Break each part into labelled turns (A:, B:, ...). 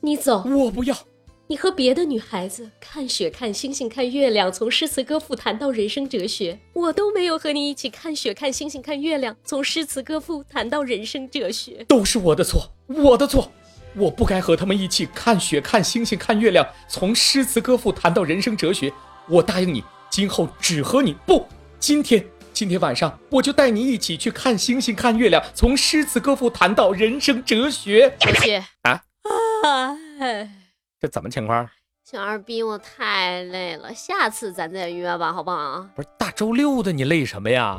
A: 你走，
B: 我不要。
A: 你和别的女孩子看雪、看星星、看月亮，从诗词歌赋谈到人生哲学，我都没有和你一起看雪、看星星、看月亮，从诗词歌赋谈到人生哲学。
B: 都是我的错，我的错，我不该和他们一起看雪、看星星、看月亮，从诗词歌赋谈到人生哲学。我答应你，今后只和你不。今天，今天晚上我就带你一起去看星星、看月亮，从诗词歌赋谈到人生哲学。
A: 小雪
B: 啊
A: 啊！哎
B: 这怎么情况？
A: 小二逼，我太累了，下次咱再约吧，好不好？
B: 不是大周六的，你累什么呀？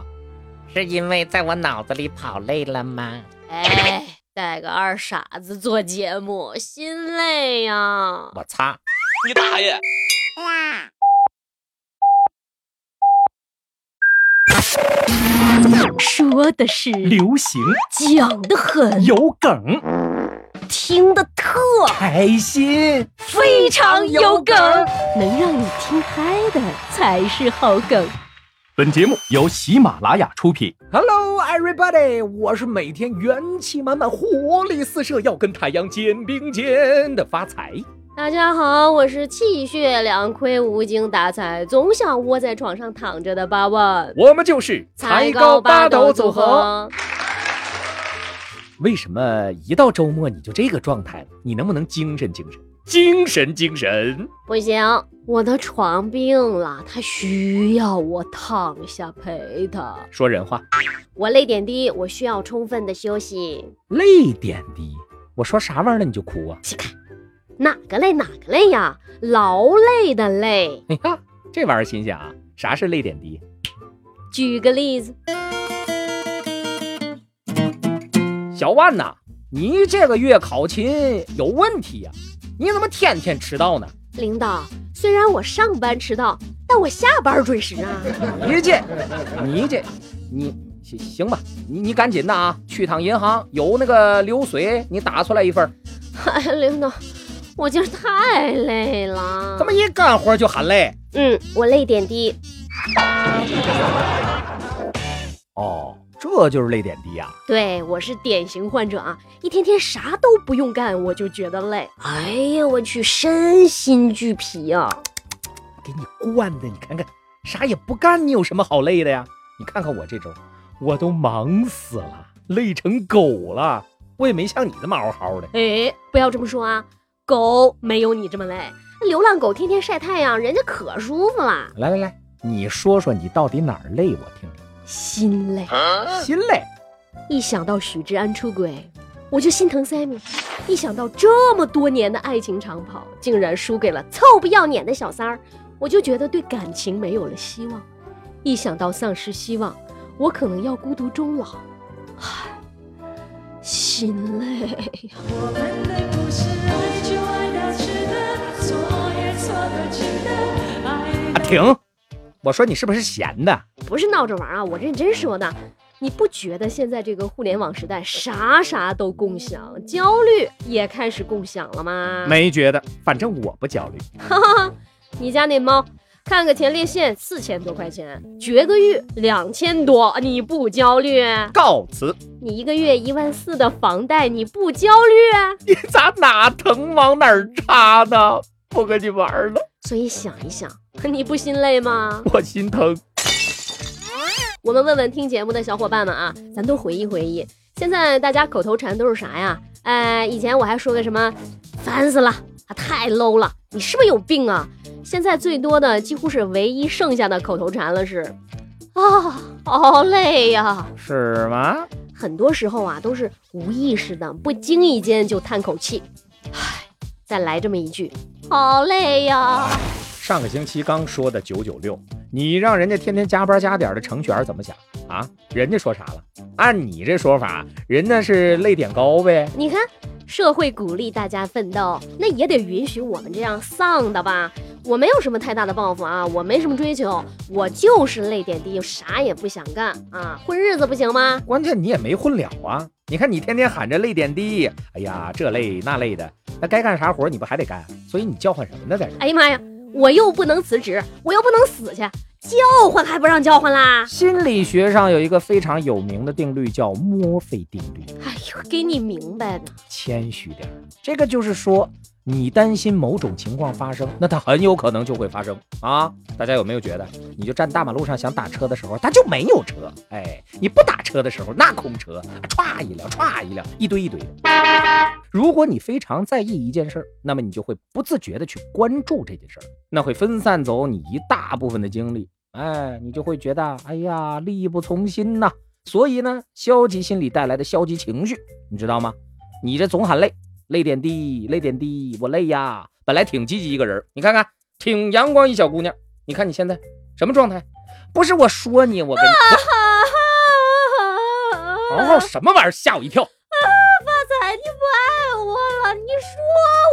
C: 是因为在我脑子里跑累了吗？
A: 哎，带个二傻子做节目，心累啊呀。
C: 我擦！
D: 你大爷！
A: 说的是，
B: 流行
A: 讲的很，
B: 有梗，
A: 听的特
B: 开心。
A: 非常有梗，能让你听嗨的才是好梗。
E: 本节目由喜马拉雅出品。
B: Hello everybody，我是每天元气满满、活力四射，要跟太阳肩并肩的发财。
A: 大家好，我是气血两亏、无精打采、总想窝在床上躺着的八万
B: 我们就是
A: 斗。。
B: 为什么一到周末你就这个状态了？你能不能精神精神？精神精神！
A: 不行，我的床病了，它需要我躺下陪它。
B: 说人话，
A: 我泪点低，我需要充分的休息。
B: 泪点低。我说啥玩意儿了你就哭啊？
A: 哪个累哪个累呀？劳累的累。
B: 哎呀，这玩意儿新鲜啊！啥是泪点低？
A: 举个例子，
B: 小万呐，你这个月考勤有问题呀、你怎么天天迟到呢？
A: 领导，虽然我上班迟到，但我下班准时啊。
B: 你这，你这，你行行吧，你你赶紧的啊，去趟银行有那个流水，你打出来一份儿。
A: 哎， 领导，我今儿太累了。
B: 怎么？一干活就喊累？
A: 嗯，我泪点低。
B: 哦，这就是泪点低呀、
A: 对我是典型患者啊，一天天啥都不用干，我就觉得累。哎呀，我去，身心俱疲啊！
B: 给你惯的，你看看，啥也不干，你有什么好累的呀？你看看我这周，我都忙死了，累成狗了，我也没像你这么嗷嗷的。
A: 哎，不要这么说啊，狗没有你这么累。流浪狗天天晒太阳，人家可舒服了。
B: 来来来，你说说你到底哪儿累？我听听。
A: 心累，
B: 心累，
A: 一想到许志安出轨，我就心疼 Sammy；一想到这么多年的爱情长跑竟然输给了臭不要脸的小三儿，我就觉得对感情没有了希望。一想到丧失希望，我可能要孤独终老，唉，心累呀。
F: 我们的故事，就爱到值得，错也错得值得，爱
B: 啊停！我说你是不是闲的？
A: 不是闹着玩儿啊，我认真说的。你不觉得现在这个互联网时代啥啥都共享，焦虑也开始共享了吗？
B: 没觉得，反正我不焦虑。
A: 你家那猫，看个前列腺四千多块钱，绝个育两千多，你不焦虑？
B: 告辞。
A: 你一个月一万四的房贷，你不焦虑？
B: 你咋哪疼往哪儿插呢？不跟你玩了，
A: 所以想一想，你不心累吗？
B: 我心疼。
A: 我们问问听节目的小伙伴们啊，咱都回忆回忆，现在大家口头禅都是啥呀？哎，以前我还说个什么，烦死了啊，太 low 了，你是不是有病啊？现在最多的几乎是唯一剩下的口头禅了是，啊，好累呀、
B: 是吗？
A: 很多时候啊，都是无意识的，不经意间就叹口气，唉，再来这么一句，好累呀。
B: 上个星期刚说的九九六，你让人家天天加班加点的程序员怎么想啊？人家说啥了？按你这说法，人家是泪点高呗？
A: 你看，社会鼓励大家奋斗，那也得允许我们这样丧的吧。我没有什么太大的抱负啊，我没什么追求，我就是泪点低，啥也不想干啊，混日子不行吗？
B: 关键你也没混了啊！你看你天天喊着泪点低，哎呀，这累那累的，那该干啥活你不还得干？啊所以你叫唤什么呢？在这
A: 哎呀妈呀，我又不能辞职，我又不能死去，叫唤还不让叫唤啦？
B: 心理学上有一个非常有名的定律叫墨菲定律。
A: 哎呦，给你明白呢。
B: 谦虚点儿。这个就是说，你担心某种情况发生，那它很有可能就会发生啊！大家有没有觉得，你就站大马路上想打车的时候，它就没有车，哎，你不打车的时候，那空车，歘一辆，歘一辆，一堆一堆的。如果你非常在意一件事儿，那么你就会不自觉的去关注这件事儿，那会分散走你一大部分的精力，哎，你就会觉得，哎呀，力不从心呐、所以呢，消极心理带来的消极情绪，你知道吗？你这总喊累，累点滴，累点滴，我累呀。本来挺积极一个人儿，你看看，挺阳光一小姑娘，你看你现在什么状态？不是我说你，我跟你，哦，什么玩意儿？吓我一跳！
A: 才你不爱我了，你说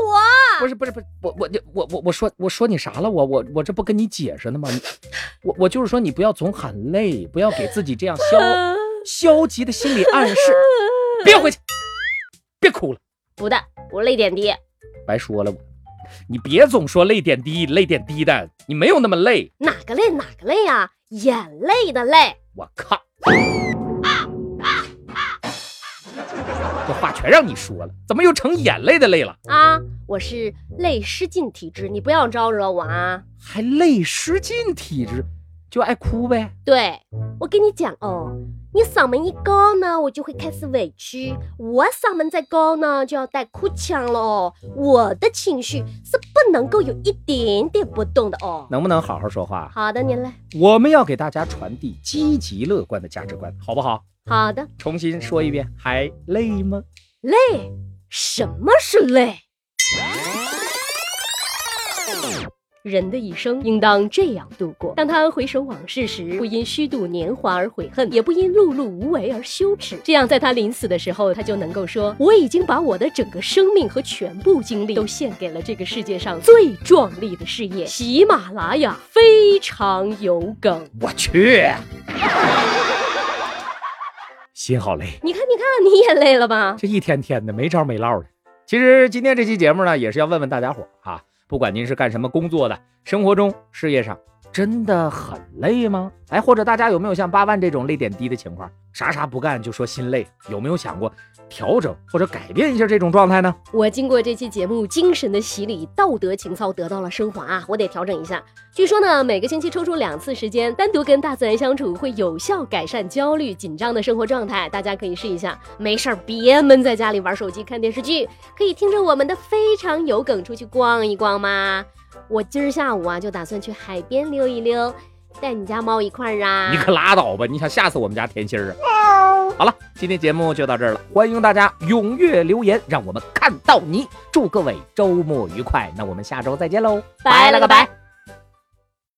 A: 我
B: 不是不是不是，我我我我我说我说你啥了？我我我这不跟你解释呢吗？你我我就是说你不要总喊累，不要给自己这样消消极的心理暗示，别回去，别哭了。
A: 不的，我泪点低，
B: 白说了我。你别总说泪点低，泪点低的，你没有那么累。
A: 哪个泪哪个泪啊？眼泪的泪，
B: 我靠！这话全让你说了，怎么又成眼泪的泪了？
A: 啊，我是泪失禁体质，你不要招惹我啊！
B: 还泪失禁体质，就爱哭呗。
A: 对我跟你讲哦，你嗓门一高呢，我就会开始委屈；我嗓门再高呢，就要带哭腔了哦。我的情绪是不能够有一点点波动的哦。
B: 能不能好好说话？啊
A: 好的，您来。
B: 我们要给大家传递积极乐观的价值观，好不好？
A: 好的，
B: 重新说一遍，还累吗？
A: 累，什么是累？人的一生应当这样度过：当他回首往事时，不因虚度年华而悔恨，也不因碌碌无为而羞耻。这样，在他临死的时候，他就能够说：“我已经把我的整个生命和全部精力都献给了这个世界上最壮丽的事业——喜马拉雅，非常有梗。
B: 我去， 心好累。”
A: 你看，你看，你也累了吧？
B: 这一天天的没招没落的。其实今天这期节目呢，也是要问问大家伙儿啊，不管您是干什么工作的，生活中、事业上，真的很累吗？哎，或者大家有没有像八万这种累点低的情况，啥啥不干就说心累，有没有想过调整或者改变一下这种状态呢？
A: 我经过这期节目精神的洗礼，道德情操得到了升华啊！我得调整一下。据说呢，每个星期抽出两次时间，单独跟大自然相处，会有效改善焦虑、紧张的生活状态。大家可以试一下，没事儿别闷在家里玩手机、看电视剧，可以听着我们的非常有梗出去逛一逛嘛。我今儿下午啊，就打算去海边溜一溜，带你家猫一块儿啊。
B: 你可拉倒吧！你想吓死我们家甜心儿啊！好了，今天节目就到这儿了，欢迎大家踊跃留言，让我们看到你。祝各位周末愉快，那我们下周再见喽，
A: 拜了个拜。